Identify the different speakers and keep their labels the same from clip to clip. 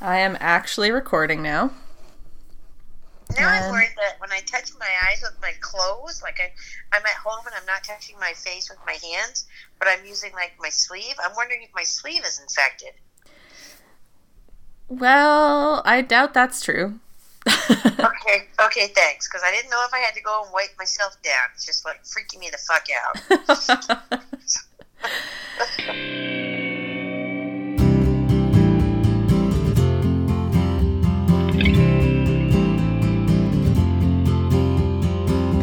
Speaker 1: I am actually recording now.
Speaker 2: Now
Speaker 1: Um,
Speaker 2: I'm worried that when I touch my eyes with my clothes, like I, I'm at home and I'm not touching my face with my hands, but I'm using like my sleeve. I'm wondering if my sleeve is infected.
Speaker 1: Well, I doubt that's true.
Speaker 2: Okay, okay, thanks. Because I didn't know if I had to go and wipe myself down. It's just like freaking me the fuck out.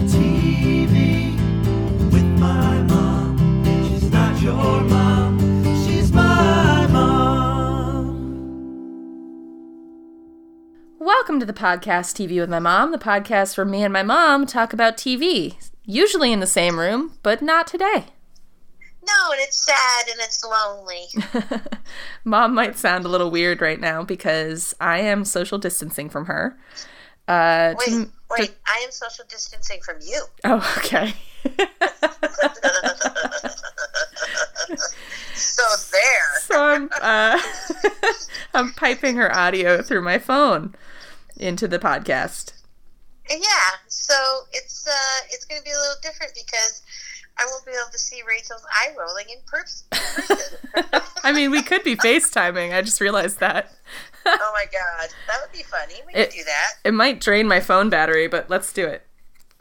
Speaker 3: TV with my mom. She's not your mom, she's my mom.
Speaker 1: Welcome to the podcast TV with My Mom, the podcast where me and my mom talk about TV, usually in the same room, but not today.
Speaker 2: No, and it's sad and it's lonely.
Speaker 1: Mom might sound a little weird right now because I am social distancing from her. Uh, to-
Speaker 2: Wait, wait. I am social distancing from you.
Speaker 1: oh, okay.
Speaker 2: So there.
Speaker 1: so I'm uh, I'm piping her audio through my phone into the podcast.
Speaker 2: Yeah, so it's uh, it's going to be a little different because I won't be able to see Rachel's eye rolling in person.
Speaker 1: I mean, we could be FaceTiming. I just realized that.
Speaker 2: oh my god, that would be funny. We
Speaker 1: It-
Speaker 2: could do that.
Speaker 1: It might drain my phone battery, but let's do it.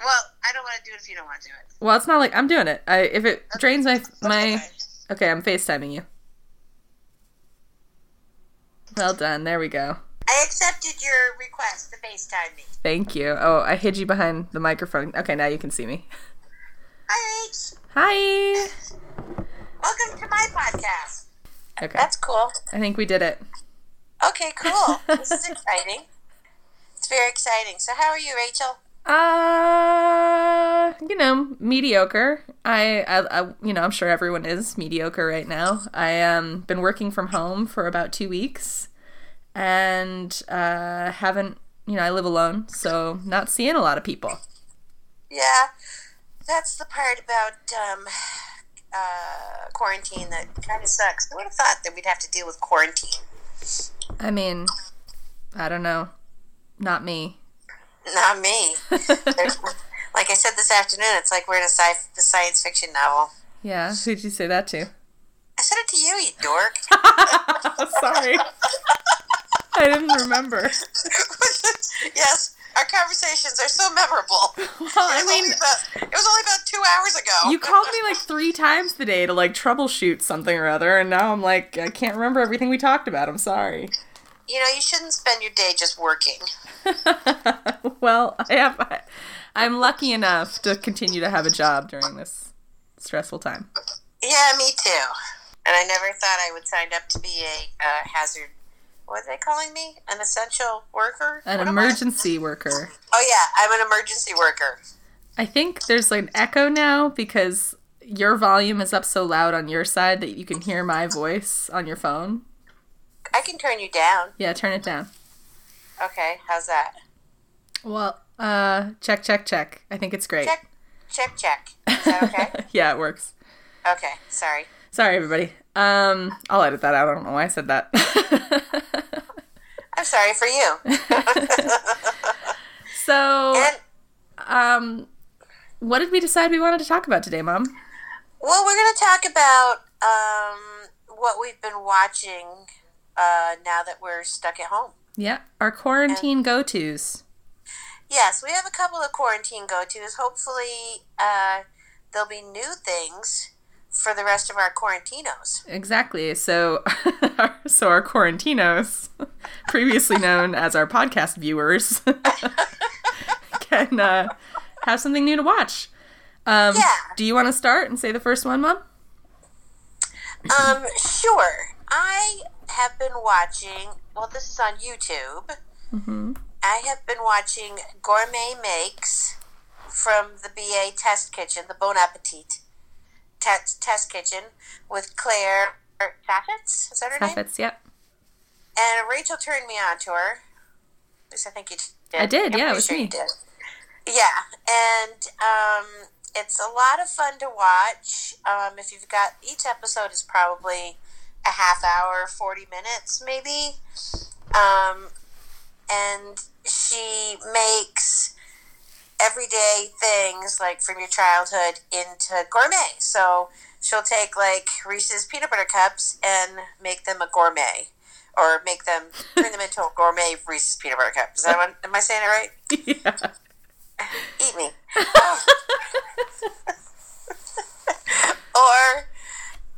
Speaker 2: Well, I don't want to do it if you don't want to do it.
Speaker 1: Well, it's not like I'm doing it. I if it drains my my
Speaker 2: Okay.
Speaker 1: Okay, I'm FaceTiming you. Well done. There we go.
Speaker 2: I accepted your request to FaceTime me.
Speaker 1: Thank you. Oh, I hid you behind the microphone. Okay, now you can see me.
Speaker 2: Hi, Rach.
Speaker 1: Hi.
Speaker 2: Welcome to my podcast.
Speaker 1: Okay.
Speaker 2: That's cool.
Speaker 1: I think we did it.
Speaker 2: Okay, cool. this is exciting. It's very exciting. So, how are you, Rachel?
Speaker 1: Uh, you know, mediocre. I, I, I you know, I'm sure everyone is mediocre right now. I um been working from home for about two weeks, and uh, haven't you know I live alone, so not seeing a lot of people.
Speaker 2: Yeah, that's the part about um, uh, quarantine that kind of sucks. I would have thought that we'd have to deal with quarantine.
Speaker 1: I mean, I don't know. Not me.
Speaker 2: Not me. There's- like I said this afternoon, it's like we're in a sci- a science fiction novel.
Speaker 1: Yeah, who'd you say that to?
Speaker 2: I said it to you, you dork.
Speaker 1: Sorry. I didn't remember.
Speaker 2: yes, our conversations are so memorable.
Speaker 1: Well, I
Speaker 2: It was
Speaker 1: mean,
Speaker 2: only about- it was only about two hours ago.
Speaker 1: you called me like three times today to like troubleshoot something or other, and now I'm like, I can't remember everything we talked about. I'm sorry.
Speaker 2: You know, you shouldn't spend your day just working.
Speaker 1: Well, I have, I, I'm lucky enough to continue to have a job during this stressful time.
Speaker 2: Yeah, me too. And I never thought I would sign up to be a uh, hazard. What are they calling me? An essential worker?
Speaker 1: An
Speaker 2: What am I?
Speaker 1: emergency worker.
Speaker 2: Oh yeah, I'm an emergency worker.
Speaker 1: I think there's like an echo now because your volume is up so loud on your side that you can hear my voice on your phone.
Speaker 2: I can turn you down.
Speaker 1: Yeah, turn it down.
Speaker 2: Okay, how's that?
Speaker 1: Well, uh, check, check, check. I think it's great.
Speaker 2: Check, check, check. Is that okay?
Speaker 1: yeah, it works.
Speaker 2: okay, sorry.
Speaker 1: Sorry, everybody. Um, I'll edit that out. I don't know why I said that.
Speaker 2: I'm sorry for you.
Speaker 1: so,
Speaker 2: And
Speaker 1: um, what did we decide we wanted to talk about today, Mom?
Speaker 2: well, we're gonna talk about um, what we've been watching uh, now that we're stuck at home.
Speaker 1: Yeah, our quarantine go tos.
Speaker 2: Yes, we have a couple of quarantine go tos. Hopefully, uh, there'll be new things for the rest of our quarantinos.
Speaker 1: Exactly. So, so our quarantinos, previously known as our podcast viewers, can uh, have something new to watch. Um,
Speaker 2: Yeah.
Speaker 1: Do you want to start and say the first one, Mom?
Speaker 2: Um, sure. I have been watching, well, this is on YouTube. I have been watching Gourmet Makes from the BA Test Kitchen, the Bon Appetit Test, test Kitchen, with Claire Chaffetz. Is that her name?
Speaker 1: Taffets. Yep.
Speaker 2: And Rachel turned me on to her. At least I think you did.
Speaker 1: I did,
Speaker 2: I'm
Speaker 1: yeah, it
Speaker 2: pretty
Speaker 1: was
Speaker 2: sure you
Speaker 1: me.
Speaker 2: did. Yeah, and um, it's a lot of fun to watch. Um, if you've got each episode is probably a half hour, forty minutes maybe, Um, and she makes everyday things like from your childhood into gourmet. So she'll take like Reese's peanut butter cups and make them a gourmet, or make them turn them into a gourmet Reese's peanut butter cup. Is that what, am I saying it right?
Speaker 1: yeah.
Speaker 2: eat me. Oh. or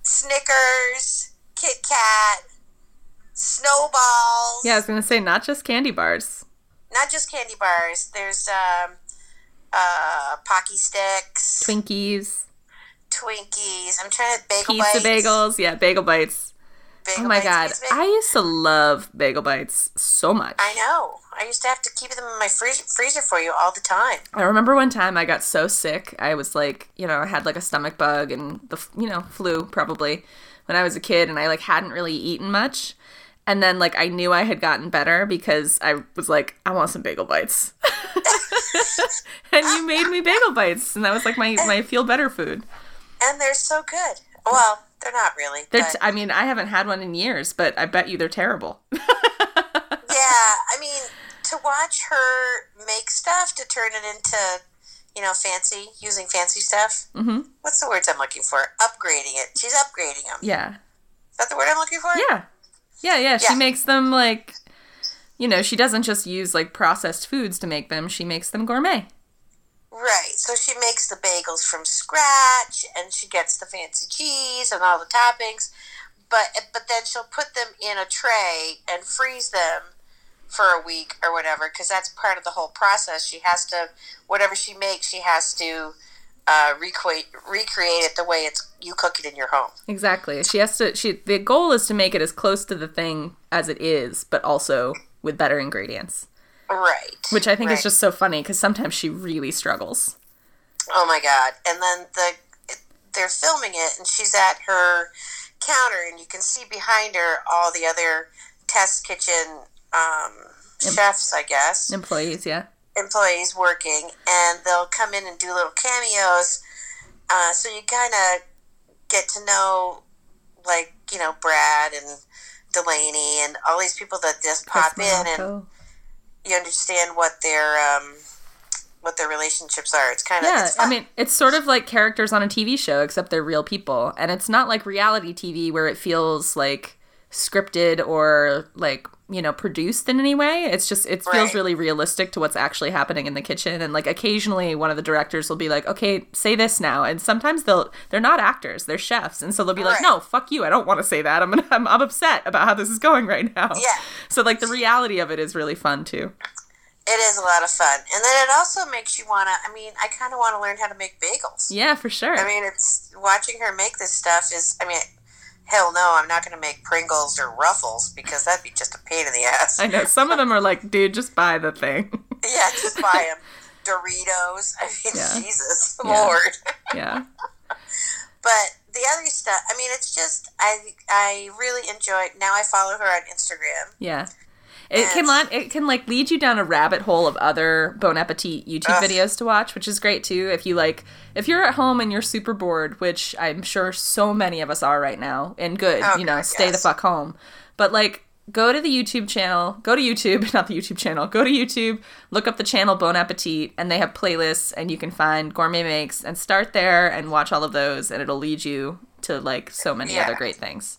Speaker 2: Snickers, Kit Kat, snowballs.
Speaker 1: Yeah, I was gonna say not just candy bars.
Speaker 2: Not just candy bars. There's um, uh, Pocky Sticks,
Speaker 1: Twinkies,
Speaker 2: Twinkies. I'm trying to bagel
Speaker 1: pizza
Speaker 2: bites.
Speaker 1: bagels, yeah, bagel bites.
Speaker 2: Bagel
Speaker 1: Oh my
Speaker 2: bites,
Speaker 1: god.
Speaker 2: pizza
Speaker 1: I
Speaker 2: bag-
Speaker 1: used to love bagel bites so much.
Speaker 2: I know. I used to have to keep them in my freezer freezer for you all the time.
Speaker 1: I remember one time I got so sick. I was like, you know, I had like a stomach bug and the, f- you know, flu probably when I was a kid and I like hadn't really eaten much. And then like I knew I had gotten better because I was like, I want some bagel bites. and you made me bagel bites and that was like my my feel better food.
Speaker 2: And they're so good. Well, they're not really.
Speaker 1: They're
Speaker 2: but-
Speaker 1: t- I mean, I haven't had one in years, but I bet you they're terrible. uh,
Speaker 2: yeah, I mean, to watch her make stuff to turn it into, you know, fancy, using fancy stuff.
Speaker 1: Mhm.
Speaker 2: What's the words I'm looking for? Upgrading it. She's upgrading them.
Speaker 1: yeah.
Speaker 2: Is that the word I'm looking for?
Speaker 1: Yeah. Yeah, yeah. She
Speaker 2: Yeah.
Speaker 1: makes them like you know, she doesn't just use like processed foods to make them. She makes them gourmet.
Speaker 2: Right. So she makes the bagels from scratch and she gets the fancy cheese and all the toppings. But but then she'll put them in a tray and freeze them for a week or whatever because that's part of the whole process. She has to whatever she makes, she has to uh, recreate recreate it the way it's you cook it in your home.
Speaker 1: Exactly. She has to. She the goal is to make it as close to the thing as it is, but also with better ingredients,
Speaker 2: Right.
Speaker 1: which I think is
Speaker 2: Right.
Speaker 1: just so funny because sometimes she really struggles.
Speaker 2: Oh my god! And then the they're filming it, and she's at her counter, and you can see behind her all the other test kitchen um, chefs, I guess,
Speaker 1: Employees, yeah,
Speaker 2: employees working, and they'll come in and do little cameos. Uh, so you kind of get to know, like you know, Brad and Delaney and all these people that just pop in, and
Speaker 1: Marco.
Speaker 2: you understand what their um, what their relationships are. It's kind of
Speaker 1: yeah. I mean, it's sort of like characters on a TV show, except they're real people, and it's not like reality TV where it feels like scripted or like you know produced in any way. It's just it feels
Speaker 2: Right.
Speaker 1: really realistic to what's actually happening in the kitchen, and like occasionally one of the directors will be like, "Okay, say this now," and sometimes they'll they're not actors, they're chefs, and so they'll be like,
Speaker 2: Right.
Speaker 1: "No, fuck you, I don't want to say that. I'm gonna, I'm I'm upset about how this is going right now."
Speaker 2: Yeah.
Speaker 1: So like the reality of it is really fun too.
Speaker 2: It is a lot of fun, and then it also makes you want to. I mean, I kind of want to learn how to make bagels.
Speaker 1: Yeah, for sure.
Speaker 2: I mean, it's watching her make this stuff is. I mean, hell no, I'm not going to make Pringles or Ruffles because that'd be just a pain in the ass.
Speaker 1: I know some of them are like, "Dude, just buy the thing."
Speaker 2: yeah, just buy them Doritos. I mean,
Speaker 1: Yeah.
Speaker 2: Jesus
Speaker 1: Yeah.
Speaker 2: Lord.
Speaker 1: yeah.
Speaker 2: But the other stuff, I mean, it's just I I really enjoy. it. Now I follow her on Instagram.
Speaker 1: Yeah. It can
Speaker 2: Yes.
Speaker 1: li- it can like lead you down a rabbit hole of other Bon Appetit YouTube
Speaker 2: Ugh.
Speaker 1: videos to watch, which is great too. If you like, if you're at home and you're super bored, which I'm sure so many of us are right now, and good,
Speaker 2: Oh,
Speaker 1: you know,
Speaker 2: God,
Speaker 1: stay the
Speaker 2: yes.
Speaker 1: fuck home. But like, go to the YouTube channel, go to YouTube, not the YouTube channel, go to YouTube, look up the channel Bon Appetit, and they have playlists, and you can find gourmet makes and start there and watch all of those, and it'll lead you to like so many
Speaker 2: Yeah.
Speaker 1: other great things.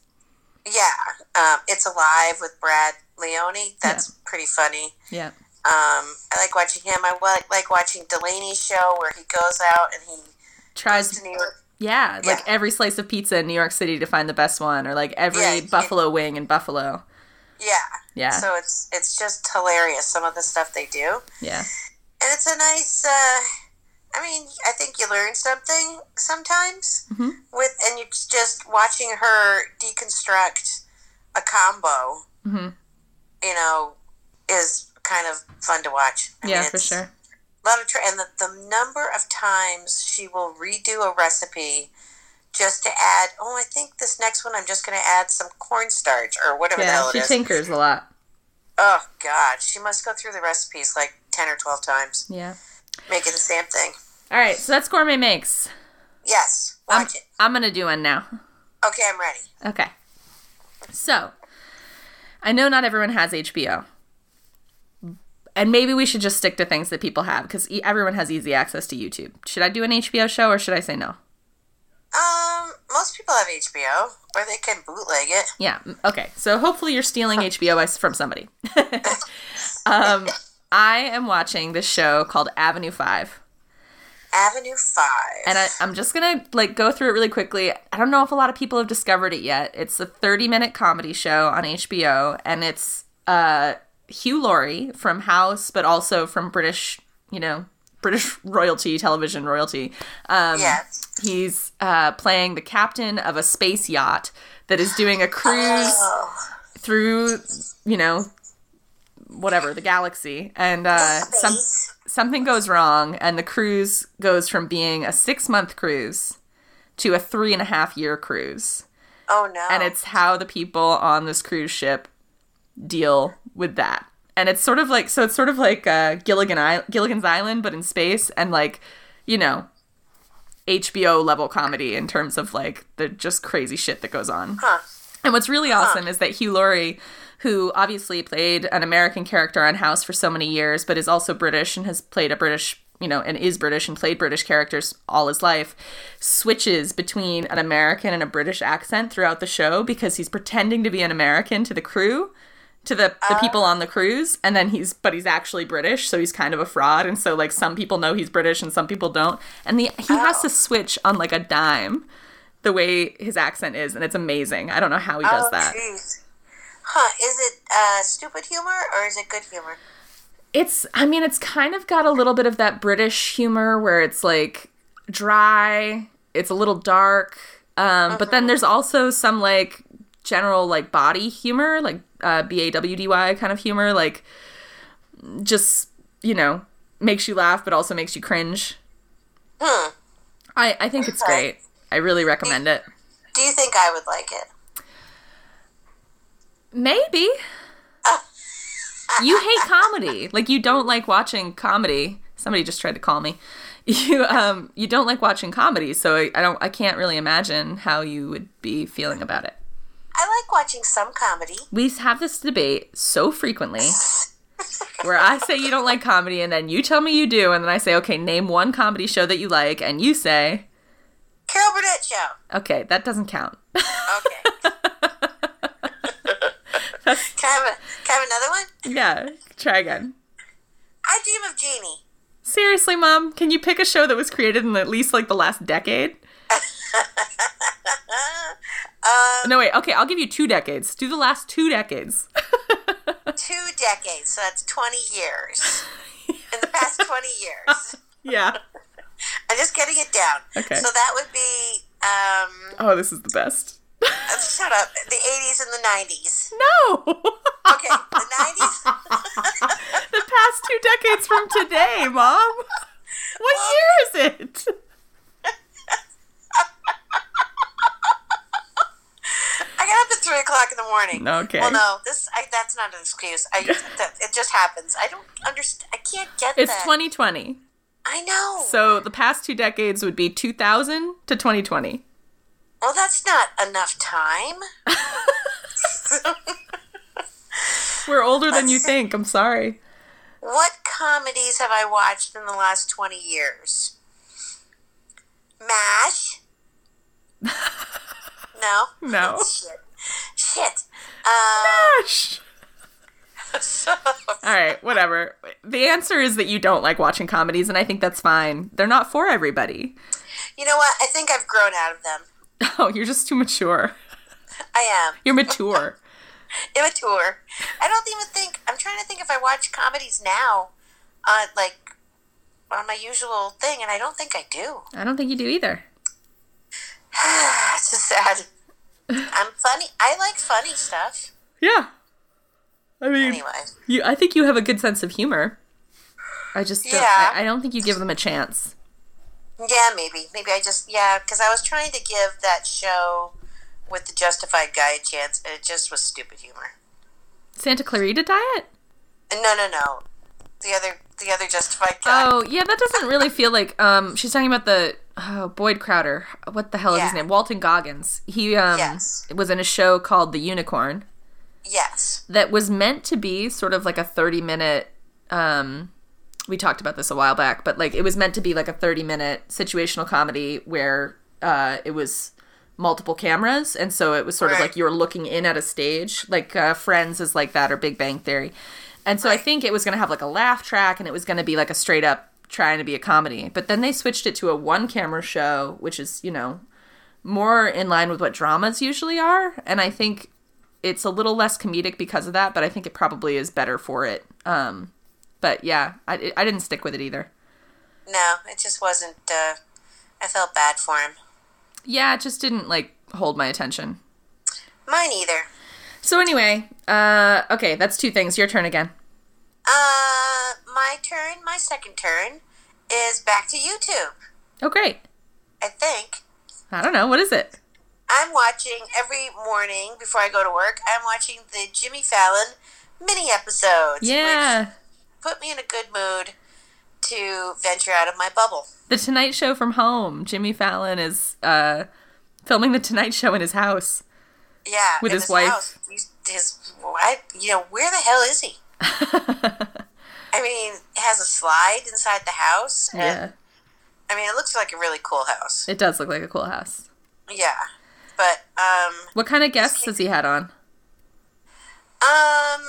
Speaker 2: Yeah, um, it's alive with Brad Leone. That's pretty funny.
Speaker 1: Yeah.
Speaker 2: Um, I like watching him. I like, like watching Delaney's show where he goes out and he
Speaker 1: Tries
Speaker 2: goes to New York.
Speaker 1: Yeah, like
Speaker 2: Yeah.
Speaker 1: every slice of pizza in New York City to find the best one, or like every
Speaker 2: Yeah, yeah.
Speaker 1: buffalo wing in Buffalo.
Speaker 2: Yeah.
Speaker 1: Yeah,
Speaker 2: So it's it's just hilarious some of the stuff they do,
Speaker 1: yeah,
Speaker 2: and it's a nice. Uh, I mean, I think you learn something sometimes
Speaker 1: Mhm.
Speaker 2: with, and you just watching her deconstruct a combo.
Speaker 1: Mhm.
Speaker 2: You know, is kind of fun to watch. I
Speaker 1: yeah,
Speaker 2: mean,
Speaker 1: for
Speaker 2: it's-
Speaker 1: sure.
Speaker 2: lot of tra- and the, the number of times she will redo a recipe just to add oh i think this next one i'm just going to add some cornstarch or whatever the
Speaker 1: Yeah,
Speaker 2: hell it
Speaker 1: she
Speaker 2: is
Speaker 1: tinkers a lot.
Speaker 2: oh god she must go through the recipes like 10 or 12 times
Speaker 1: Yeah.
Speaker 2: making the same thing
Speaker 1: All right, so that's gourmet makes.
Speaker 2: yes
Speaker 1: I'm,
Speaker 2: watch it
Speaker 1: I'm gonna do one now.
Speaker 2: okay i'm ready
Speaker 1: Okay. So, I know not everyone has HBO. And maybe we should just stick to things that people have because e- everyone has easy access to YouTube. Should I do an HBO show or should I say no?
Speaker 2: Um, most people have HBO, or they can bootleg it.
Speaker 1: Yeah. m- Okay. So hopefully you're stealing HBO by, from somebody. um, I am watching this show called Avenue Five,
Speaker 2: Avenue Five.
Speaker 1: and I, I'm just gonna like go through it really quickly. I don't know if a lot of people have discovered it yet. It's a 30 minute comedy show on HBO, and it's uh, Hugh Laurie from House, but also from British, you know, British royalty, television royalty. Um,
Speaker 2: yes.
Speaker 1: He's uh, playing the captain of a space yacht that is doing a cruise
Speaker 2: Oh,
Speaker 1: through, you know, whatever the galaxy, and uh, some,
Speaker 2: space.
Speaker 1: something goes wrong, and the cruise goes from being a six month cruise to a three and a half year cruise,
Speaker 2: oh no.
Speaker 1: and it's how the people on this cruise ship deal with that. And it's sort of like so it's sort of like uh, Gilligan I- Gilligan's Island, but in space, and like you know. HBO level comedy in terms of like the just crazy shit that goes on.
Speaker 2: huh.
Speaker 1: And what's really awesome is that Hugh Laurie, who obviously played an American character on House for so many years, but is also British and has played a British, you know, and is British and played British characters all his life, switches between an American and a British accent throughout the show because he's pretending to be an American to the crew. To the, the people on the cruise, and then he's, but he's actually British, so he's kind of a fraud. And so, like, some people know he's British and some people don't. And the, he has to switch on like a dime the way his accent is, and it's amazing. I don't know how he does
Speaker 2: oh,
Speaker 1: that.
Speaker 2: jeez. Huh? Is it uh, stupid humor or is it good humor?
Speaker 1: It's, I mean, it's kind of got a little bit of that British humor where it's like dry, it's a little dark, um, but then there's also some like general like body humor, like uh, B A W D Y kind of humor, like just, you know, makes you laugh, but also makes you cringe.
Speaker 2: Hmm.
Speaker 1: I, I think it's great. I really recommend it.
Speaker 2: Do you think I would like it?
Speaker 1: Maybe. you hate comedy. Like you don't like watching comedy. Somebody just tried to call me. You um you don't like watching comedy, so I, I don't I can't really imagine how you would be feeling about it.
Speaker 2: I like watching some comedy.
Speaker 1: We have this debate so frequently where I say you don't like comedy and then you tell me you do and then I say okay, name one comedy show that you like and you say
Speaker 2: Carol Burnett show.
Speaker 1: okay, that doesn't count.
Speaker 2: Okay. can, I have a, can I have another one?
Speaker 1: yeah, try again.
Speaker 2: I dream of Jeannie.
Speaker 1: Seriously, mom, can you pick a show that was created in at least like the last decade? no, wait. Okay, I'll give you two decades. Do the last two decades.
Speaker 2: two decades, so that's 20 years. In the past 20 years.
Speaker 1: yeah.
Speaker 2: I'm just getting it down.
Speaker 1: Okay.
Speaker 2: So that would be, um,
Speaker 1: Oh, this is the best.
Speaker 2: uh, shut up, the 80s and the 90s.
Speaker 1: No. the
Speaker 2: Okay, the 90s?
Speaker 1: past two decades from today, mom. What year is it?
Speaker 2: I got up at 3 o'clock in the morning.
Speaker 1: Okay.
Speaker 2: Well, no, this I, that's not an excuse. I, that, it just happens. I don't understand. I can't get
Speaker 1: It's
Speaker 2: that.
Speaker 1: 2020.
Speaker 2: I know.
Speaker 1: So the past two decades would be 2000 to 2020.
Speaker 2: well, that's not enough time.
Speaker 1: We're older than you think. I'm sorry.
Speaker 2: What comedies have I watched in the last 20 years? MASH? no?
Speaker 1: No.
Speaker 2: Shit. Shit. Uh,
Speaker 1: Gosh. All right, whatever. The answer is that you don't like watching comedies, and I think that's fine. They're not for everybody.
Speaker 2: you know what? I think I've grown out of them.
Speaker 1: Oh, you're just too mature.
Speaker 2: I am.
Speaker 1: You're mature.
Speaker 2: Immature. I don't even think. I'm trying to think if I watch comedies now on, like, on my usual thing, and I don't think I do.
Speaker 1: I don't think you do either.
Speaker 2: it's just sad. I'm funny. I like funny stuff.
Speaker 1: Yeah. I mean,
Speaker 2: Anyway.
Speaker 1: you. I think you have a good sense of humor. I just don't,
Speaker 2: Yeah.
Speaker 1: I, I don't think you give them a chance.
Speaker 2: Yeah, maybe. Maybe I just yeah, because I was trying to give that show with the Justified guy a chance, and it just was stupid humor.
Speaker 1: Santa Clarita Diet.
Speaker 2: And no, no, no. The other, the other Justified guy.
Speaker 1: Oh yeah, that doesn't really feel like. Um, she's talking about the oh, Boyd Crowder. What the hell is his
Speaker 2: Yeah.
Speaker 1: name? Walton Goggins. He um
Speaker 2: Yes.
Speaker 1: was in a show called The Unicorn.
Speaker 2: Yes.
Speaker 1: that was meant to be sort of like a 30 minute um we talked about this a while back but like it was meant to be like a 30 minute situational comedy where uh it was multiple cameras and so it was sort of
Speaker 2: Right.
Speaker 1: like you were looking in at a stage like uh, friends is like that or big bang theory and so i think it was going to have like a laugh track and it was going to be like a straight up trying to be a comedy but then they switched it to a one camera show which is you know more in line with what dramas usually are and i think it's a little less comedic because of that but i think it probably is better for it um but yeah i, I didn't stick with it either
Speaker 2: No, it just wasn't. Uh, I felt bad for him.
Speaker 1: yeah it just didn't like hold my attention
Speaker 2: Mine either.
Speaker 1: so anyway uh okay that's two things your turn again
Speaker 2: Uh, my turn, my second turn, is back to YouTube.
Speaker 1: oh great
Speaker 2: I think
Speaker 1: i don't know what is it
Speaker 2: I'm watching every morning before I go to work. I'm watching the Jimmy Fallon mini episodes,
Speaker 1: yeah
Speaker 2: which put me in a good mood to venture out of my bubble.
Speaker 1: the tonight show from home jimmy fallon is uh filming the tonight show in his house
Speaker 2: Yeah,
Speaker 1: With
Speaker 2: in
Speaker 1: his wife.
Speaker 2: House. He's, his, I, you know, where the hell is he? I mean, it has a slide inside the house. And,
Speaker 1: yeah
Speaker 2: I mean, it looks like a really cool house.
Speaker 1: it does look like a cool house
Speaker 2: Yeah, but um,
Speaker 1: what kind of guests has he had on
Speaker 2: Um,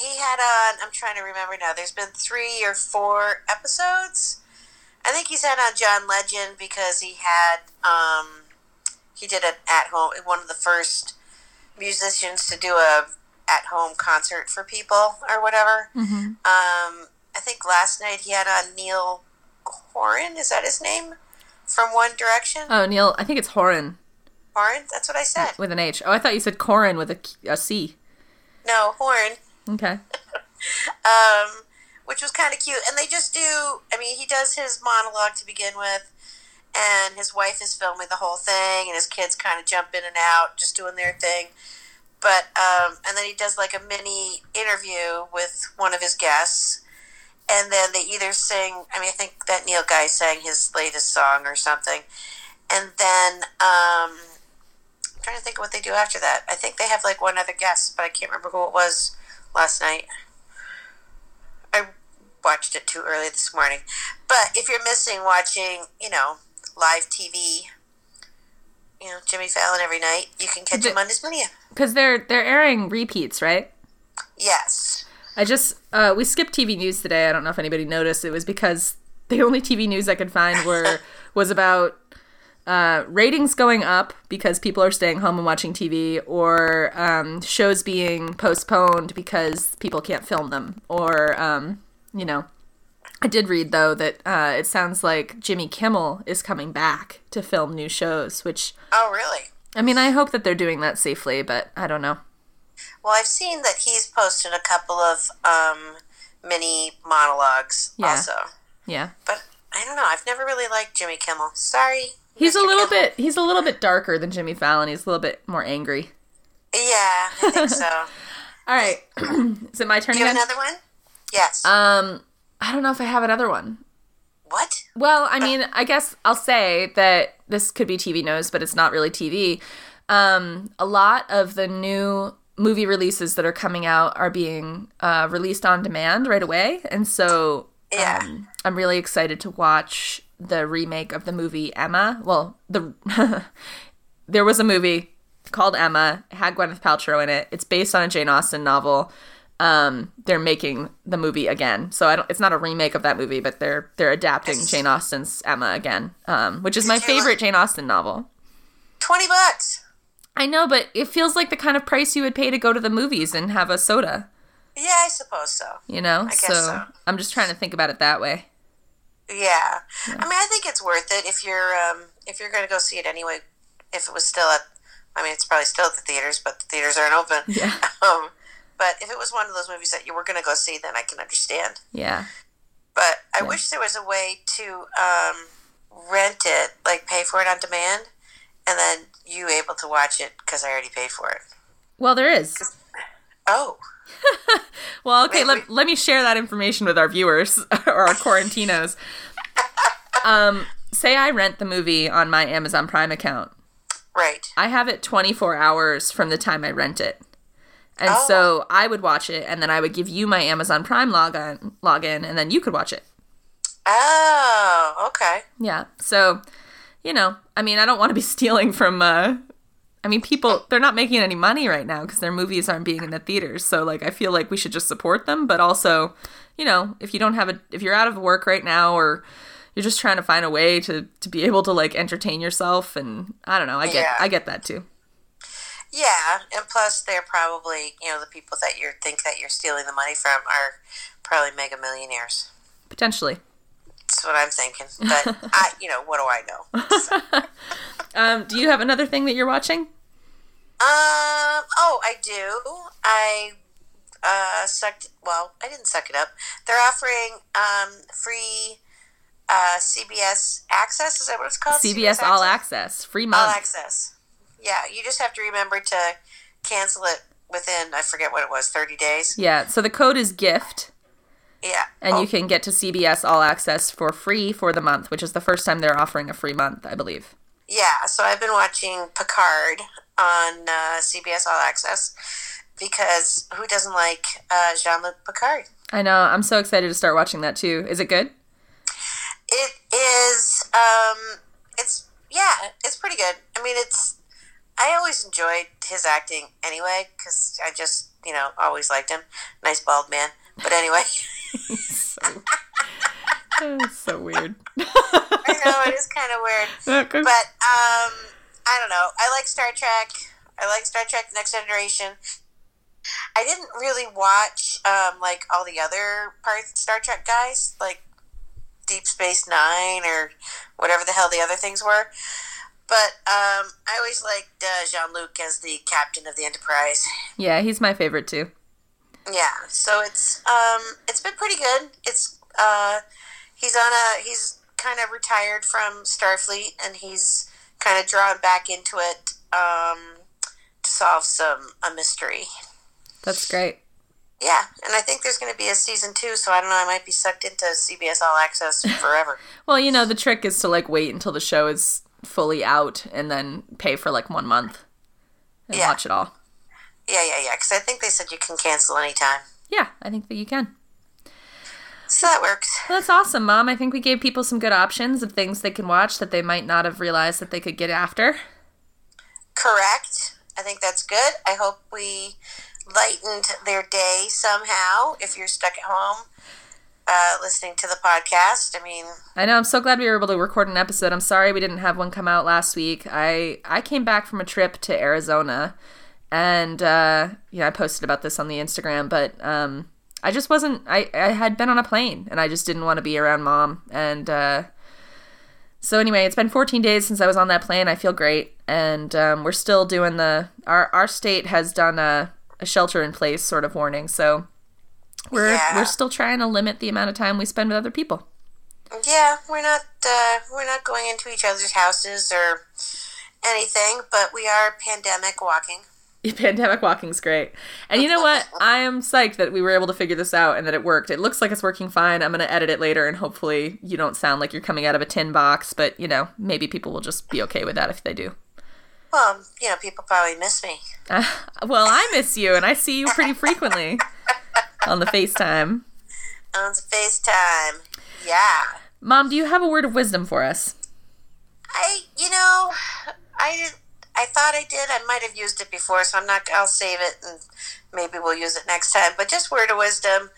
Speaker 2: he had on. I'm trying to remember now. There's been three or four episodes. I think he's had on John Legend because he had um, he did an at home one of the first musicians to do a at home concert for people or whatever.
Speaker 1: mm-hmm.
Speaker 2: Um, I think last night he had on Neil Horan. Is that his name? From One Direction,
Speaker 1: oh neil i think it's horan
Speaker 2: Horan. That's what I said.
Speaker 1: with an H. Oh, I thought you said Corin with a, Q- a C.
Speaker 2: No, Horn.
Speaker 1: Okay.
Speaker 2: um, which was kind of cute. And they just do. I mean, he does his monologue to begin with, and his wife is filming the whole thing, and his kids kind of jump in and out, just doing their thing. But um, and then he does like a mini interview with one of his guests, and then they either sing. I mean, I think that Neil guy sang his latest song or something, and then. Um, I'm trying to think of what they do after that. I think they have like one other guest, but I can't remember who it was last night. I watched it too early this morning. But if you're missing watching, you know, live TV, you know, Jimmy Fallon every night, you can catch
Speaker 1: The-
Speaker 2: him on his menu.
Speaker 1: Because they're they're airing repeats, right?
Speaker 2: Yes.
Speaker 1: I just uh, we skipped TV news today. I don't know if anybody noticed. It was because the only TV news I could find were was about uh, ratings going up because people are staying home and watching TV, or um, shows being postponed because people can't film them, or um, you know. I did read though that uh, it sounds like Jimmy Kimmel is coming back to film new shows, which
Speaker 2: Oh, really?
Speaker 1: I mean, I hope that they're doing that safely, but I don't know.
Speaker 2: Well, I've seen that he's posted a couple of um, mini monologues
Speaker 1: Yeah.
Speaker 2: also.
Speaker 1: Yeah.
Speaker 2: But I don't know. I've never really liked Jimmy Kimmel. Sorry.
Speaker 1: He's a
Speaker 2: Mr.
Speaker 1: little
Speaker 2: Kimmel.
Speaker 1: bit he's a little bit darker than Jimmy Fallon. He's a little bit more angry.
Speaker 2: Yeah, I think so.
Speaker 1: All right. Is it my turn
Speaker 2: Do you have
Speaker 1: again?
Speaker 2: another one? Yes.
Speaker 1: Um I don't know if I have another one.
Speaker 2: what?
Speaker 1: Well, I mean, I guess I'll say that this could be TV news, but it's not really TV. Um, a lot of the new movie releases that are coming out are being uh, released on demand right away, and so
Speaker 2: Yeah.
Speaker 1: um, I'm really excited to watch the remake of the movie Emma. Well, the there was a movie called Emma, it had Gwyneth Paltrow in it. It's based on a Jane Austen novel. Um, they're making the movie again, so I don't, it's not a remake of that movie, but they're they're adapting Jane Austen's Emma again, um, which is my
Speaker 2: Did you-
Speaker 1: favorite Jane Austen novel.
Speaker 2: 20 bucks.
Speaker 1: I know, but it feels like the kind of price you would pay to go to the movies and have a soda,
Speaker 2: Yeah, I suppose so.
Speaker 1: you know.
Speaker 2: guess
Speaker 1: so,
Speaker 2: so.
Speaker 1: I'm just trying to think about it that way.
Speaker 2: Yeah. I mean, I think it's worth it if you're um, if you're going to go see it anyway. If it was still at, I mean, it's probably still at the theaters, but the theaters aren't open.
Speaker 1: Yeah.
Speaker 2: Um, but if it was one of those movies that you were going to go see, then I can understand.
Speaker 1: Yeah.
Speaker 2: But I wish there was a way to um, rent it, like pay for it on demand, and then you able to watch it because I already paid for it.
Speaker 1: Well, there is.
Speaker 2: Oh,
Speaker 1: Well, okay,
Speaker 2: Wait,
Speaker 1: let,
Speaker 2: wait.
Speaker 1: let me share that information with our viewers or our quarantinos. um, say I rent the movie on my Amazon Prime account.
Speaker 2: right.
Speaker 1: I have it 24 hours from the time I rent it. And
Speaker 2: Oh.
Speaker 1: so I would watch it, and then I would give you my Amazon Prime login, login, and then you could watch it.
Speaker 2: Oh, okay.
Speaker 1: Yeah. So, you know, I mean, I don't want to be stealing from. Uh, I mean, people they're not making any money right now because their movies aren't being in the theaters. So, like, I feel like we should just support them, but also, you know, if you don't have a, if you're out of work right now or you're just trying to find a way to to be able to like entertain yourself, and I don't know, I get
Speaker 2: Yeah.
Speaker 1: I get that too.
Speaker 2: Yeah, and plus they're probably you know the people that you think that you're stealing the money from are probably mega millionaires.
Speaker 1: Potentially.
Speaker 2: That's what I'm thinking. But I, you know, what do I know?
Speaker 1: Um, do you have another thing that you're watching?
Speaker 2: Um. Oh, I do. I uh, sucked. Well, I didn't suck it up. They're offering um, free uh, CBS access. Is that what it's called?
Speaker 1: CBS All Access, free month.
Speaker 2: All access. Yeah, you just have to remember to cancel it within. I forget what it was. Thirty days.
Speaker 1: Yeah. So the code is gift.
Speaker 2: Yeah.
Speaker 1: and
Speaker 2: Oh,
Speaker 1: you can get to CBS All Access for free for the month, which is the first time they're offering a free month, I believe.
Speaker 2: Yeah, so I've been watching Picard on uh, CBS All Access because who doesn't like uh, Jean Luc Picard?
Speaker 1: I know. I'm so excited to start watching that too. Is it good?
Speaker 2: It is, um, it's, yeah, it's pretty good. I mean, it's, I always enjoyed his acting anyway because I just, you know, always liked him. Nice bald man. But anyway,
Speaker 1: So, oh, It's so weird.
Speaker 2: I know it is kind of weird. But um, I don't know. I like Star Trek. I like Star Trek: The Next Generation. I didn't really watch um, like all the other parts Star Trek guys, like Deep Space Nine or whatever the hell the other things were. But um, I always liked uh, Jean Luc as the captain of the Enterprise.
Speaker 1: yeah, he's my favorite too.
Speaker 2: Yeah, so it's um, it's been pretty good. It's uh, he's on a he's kind of retired from Starfleet, and he's kind of drawn back into it um, to solve some a mystery.
Speaker 1: That's great.
Speaker 2: Yeah, and I think there's going to be a season two, so I don't know. I might be sucked into CBS All Access forever.
Speaker 1: Well, you know, the trick is to like wait until the show is fully out and then pay for like one month and
Speaker 2: Yeah.
Speaker 1: watch it all.
Speaker 2: yeah, yeah, yeah. Because I think they said you can cancel anytime,
Speaker 1: Yeah, I think that you can.
Speaker 2: so that works.
Speaker 1: Well, that's awesome, Mom. I think we gave people some good options of things they can watch that they might not have realized that they could get after.
Speaker 2: Correct. I think that's good. I hope we lightened their day somehow if you're stuck at home uh, listening to the podcast. I mean,
Speaker 1: I know. I'm so glad we were able to record an episode. I'm sorry we didn't have one come out last week. I I came back from a trip to Arizona, and uh, yeah, I posted about this on the Instagram. But um, I just wasn't. I I had been on a plane, and I just didn't want to be around mom. And uh, so anyway, it's been 14 days since I was on that plane. I feel great, and um, we're still doing the. Our our state has done a a shelter in place sort of warning, so we're
Speaker 2: Yeah.
Speaker 1: we're still trying to limit the amount of time we spend with other people.
Speaker 2: yeah, we're not uh, we're not going into each other's houses or anything, but we are pandemic walking.
Speaker 1: pandemic walking's great. And you know what? I am psyched that we were able to figure this out and that it worked. It looks like it's working fine. I'm going to edit it later and hopefully you don't sound like you're coming out of a tin box, but you know, maybe people will just be okay with that if they do.
Speaker 2: Well, you know, people probably miss me.
Speaker 1: Uh, well, I miss you and I see you pretty frequently on the FaceTime.
Speaker 2: On FaceTime. Yeah.
Speaker 1: Mom, do you have a word of wisdom for us?
Speaker 2: I, you know, I did. I thought I did. I might have used it before, so I'm not. I'll save it, and maybe we'll use it next time. But just word of wisdom: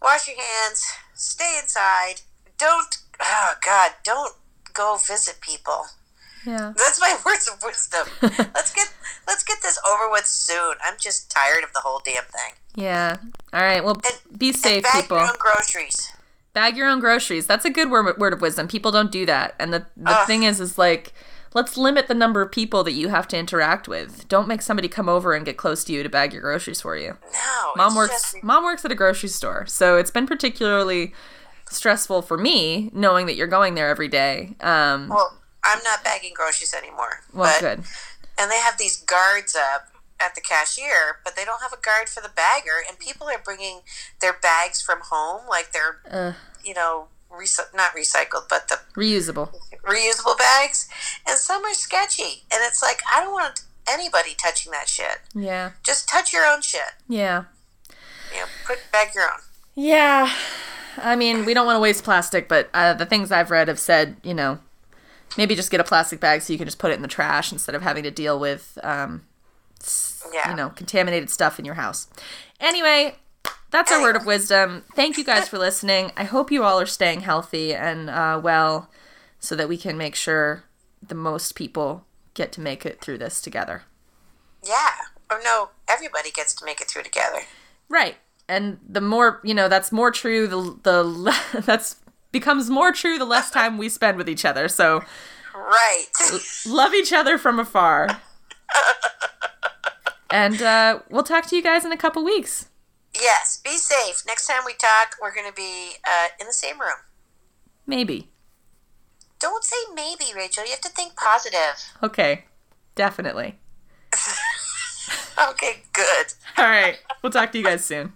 Speaker 2: wash your hands, stay inside, don't. Oh God, don't go visit people.
Speaker 1: Yeah.
Speaker 2: That's my words of wisdom. let's get let's get this over with soon. I'm just tired of the whole damn thing.
Speaker 1: Yeah. All right. Well,
Speaker 2: And-
Speaker 1: be
Speaker 2: and
Speaker 1: safe,
Speaker 2: bag
Speaker 1: people.
Speaker 2: your own groceries.
Speaker 1: bag your own groceries that's a good word, word of wisdom people don't do that and the, the
Speaker 2: Ugh.
Speaker 1: thing is is like let's limit the number of people that you have to interact with don't make somebody come over and get close to you to bag your groceries for you
Speaker 2: No,
Speaker 1: mom
Speaker 2: it's
Speaker 1: works
Speaker 2: just-
Speaker 1: mom works at a grocery store so it's been particularly stressful for me knowing that you're going there every day um
Speaker 2: well, I'm not bagging groceries anymore.
Speaker 1: well
Speaker 2: but-
Speaker 1: good
Speaker 2: and they have these guards up at the cashier, but they don't have a guard for the bagger, and people are bringing their bags from home, like they're, you know, rec- not recycled, but the
Speaker 1: reusable
Speaker 2: reusable bags, and some are sketchy, and it's like I don't want anybody touching that shit.
Speaker 1: Yeah.
Speaker 2: Just touch your own shit.
Speaker 1: Yeah.
Speaker 2: You know, put back your own.
Speaker 1: Yeah. I mean, we don't want to waste plastic, but uh, the things I've read have said, you know, maybe just get a plastic bag so you can just put it in the trash instead of having to deal with, um, s-
Speaker 2: Yeah.
Speaker 1: you know, contaminated stuff in your house. Anyway, that's our word of wisdom. Thank you guys for listening. I hope you all are staying healthy and uh, well so that we can make sure the most people get to make it through this together.
Speaker 2: Yeah. Oh no, everybody gets to make it through together.
Speaker 1: Right. And the more, you know, that's more true the the le- that's becomes more true the less time we spend with each other. So,
Speaker 2: Right.
Speaker 1: love each other from afar. and uh, we'll talk to you guys in a couple weeks.
Speaker 2: yes. Be safe. Next time we talk, we're going to be uh, in the same room.
Speaker 1: Maybe.
Speaker 2: Don't say maybe, Rachel. You have to think positive.
Speaker 1: Okay. Definitely.
Speaker 2: Okay, good.
Speaker 1: All right. We'll talk to you guys soon.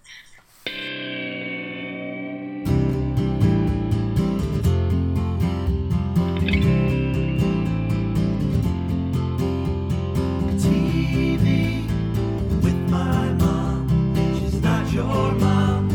Speaker 3: TV with my mom. She's not your mom.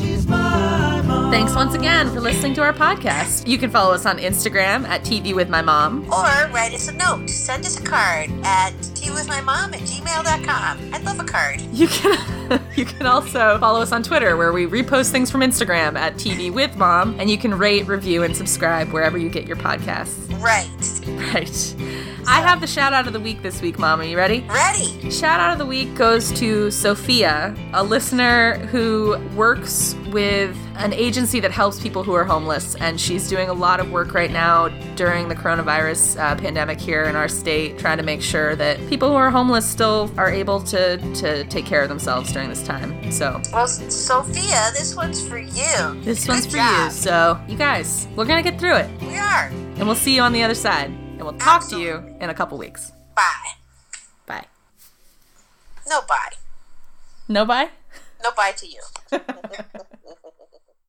Speaker 3: She's my mom.
Speaker 1: Thanks once again for listening to our podcast. You can follow us on Instagram at TV with my mom.
Speaker 2: Or write us a note. Send us a card at teawithmymom at gmail.com. I'd love a card.
Speaker 1: You can you can also follow us on Twitter where we repost things from Instagram at TV with mom and you can rate, review and subscribe wherever you get your podcasts.
Speaker 2: Right.
Speaker 1: Right. I have the shout out of the week this week, mom. Are you ready?
Speaker 2: Ready.
Speaker 1: Shout out of the week goes to Sophia, a listener who works with an agency that helps people who are homeless. And she's doing a lot of work right now during the coronavirus uh, pandemic here in our state, trying to make sure that people who are homeless still are able to, to take care of themselves during this time. So
Speaker 2: Well, Sophia, this one's for you.
Speaker 1: this
Speaker 2: Good
Speaker 1: one's for you.
Speaker 2: job.
Speaker 1: So, you guys, we're going to get through it.
Speaker 2: We are.
Speaker 1: And we'll see you on the other side. And we'll talk to you in a couple weeks.
Speaker 2: Bye.
Speaker 1: Bye.
Speaker 2: No bye.
Speaker 1: No bye?
Speaker 2: No bye to you.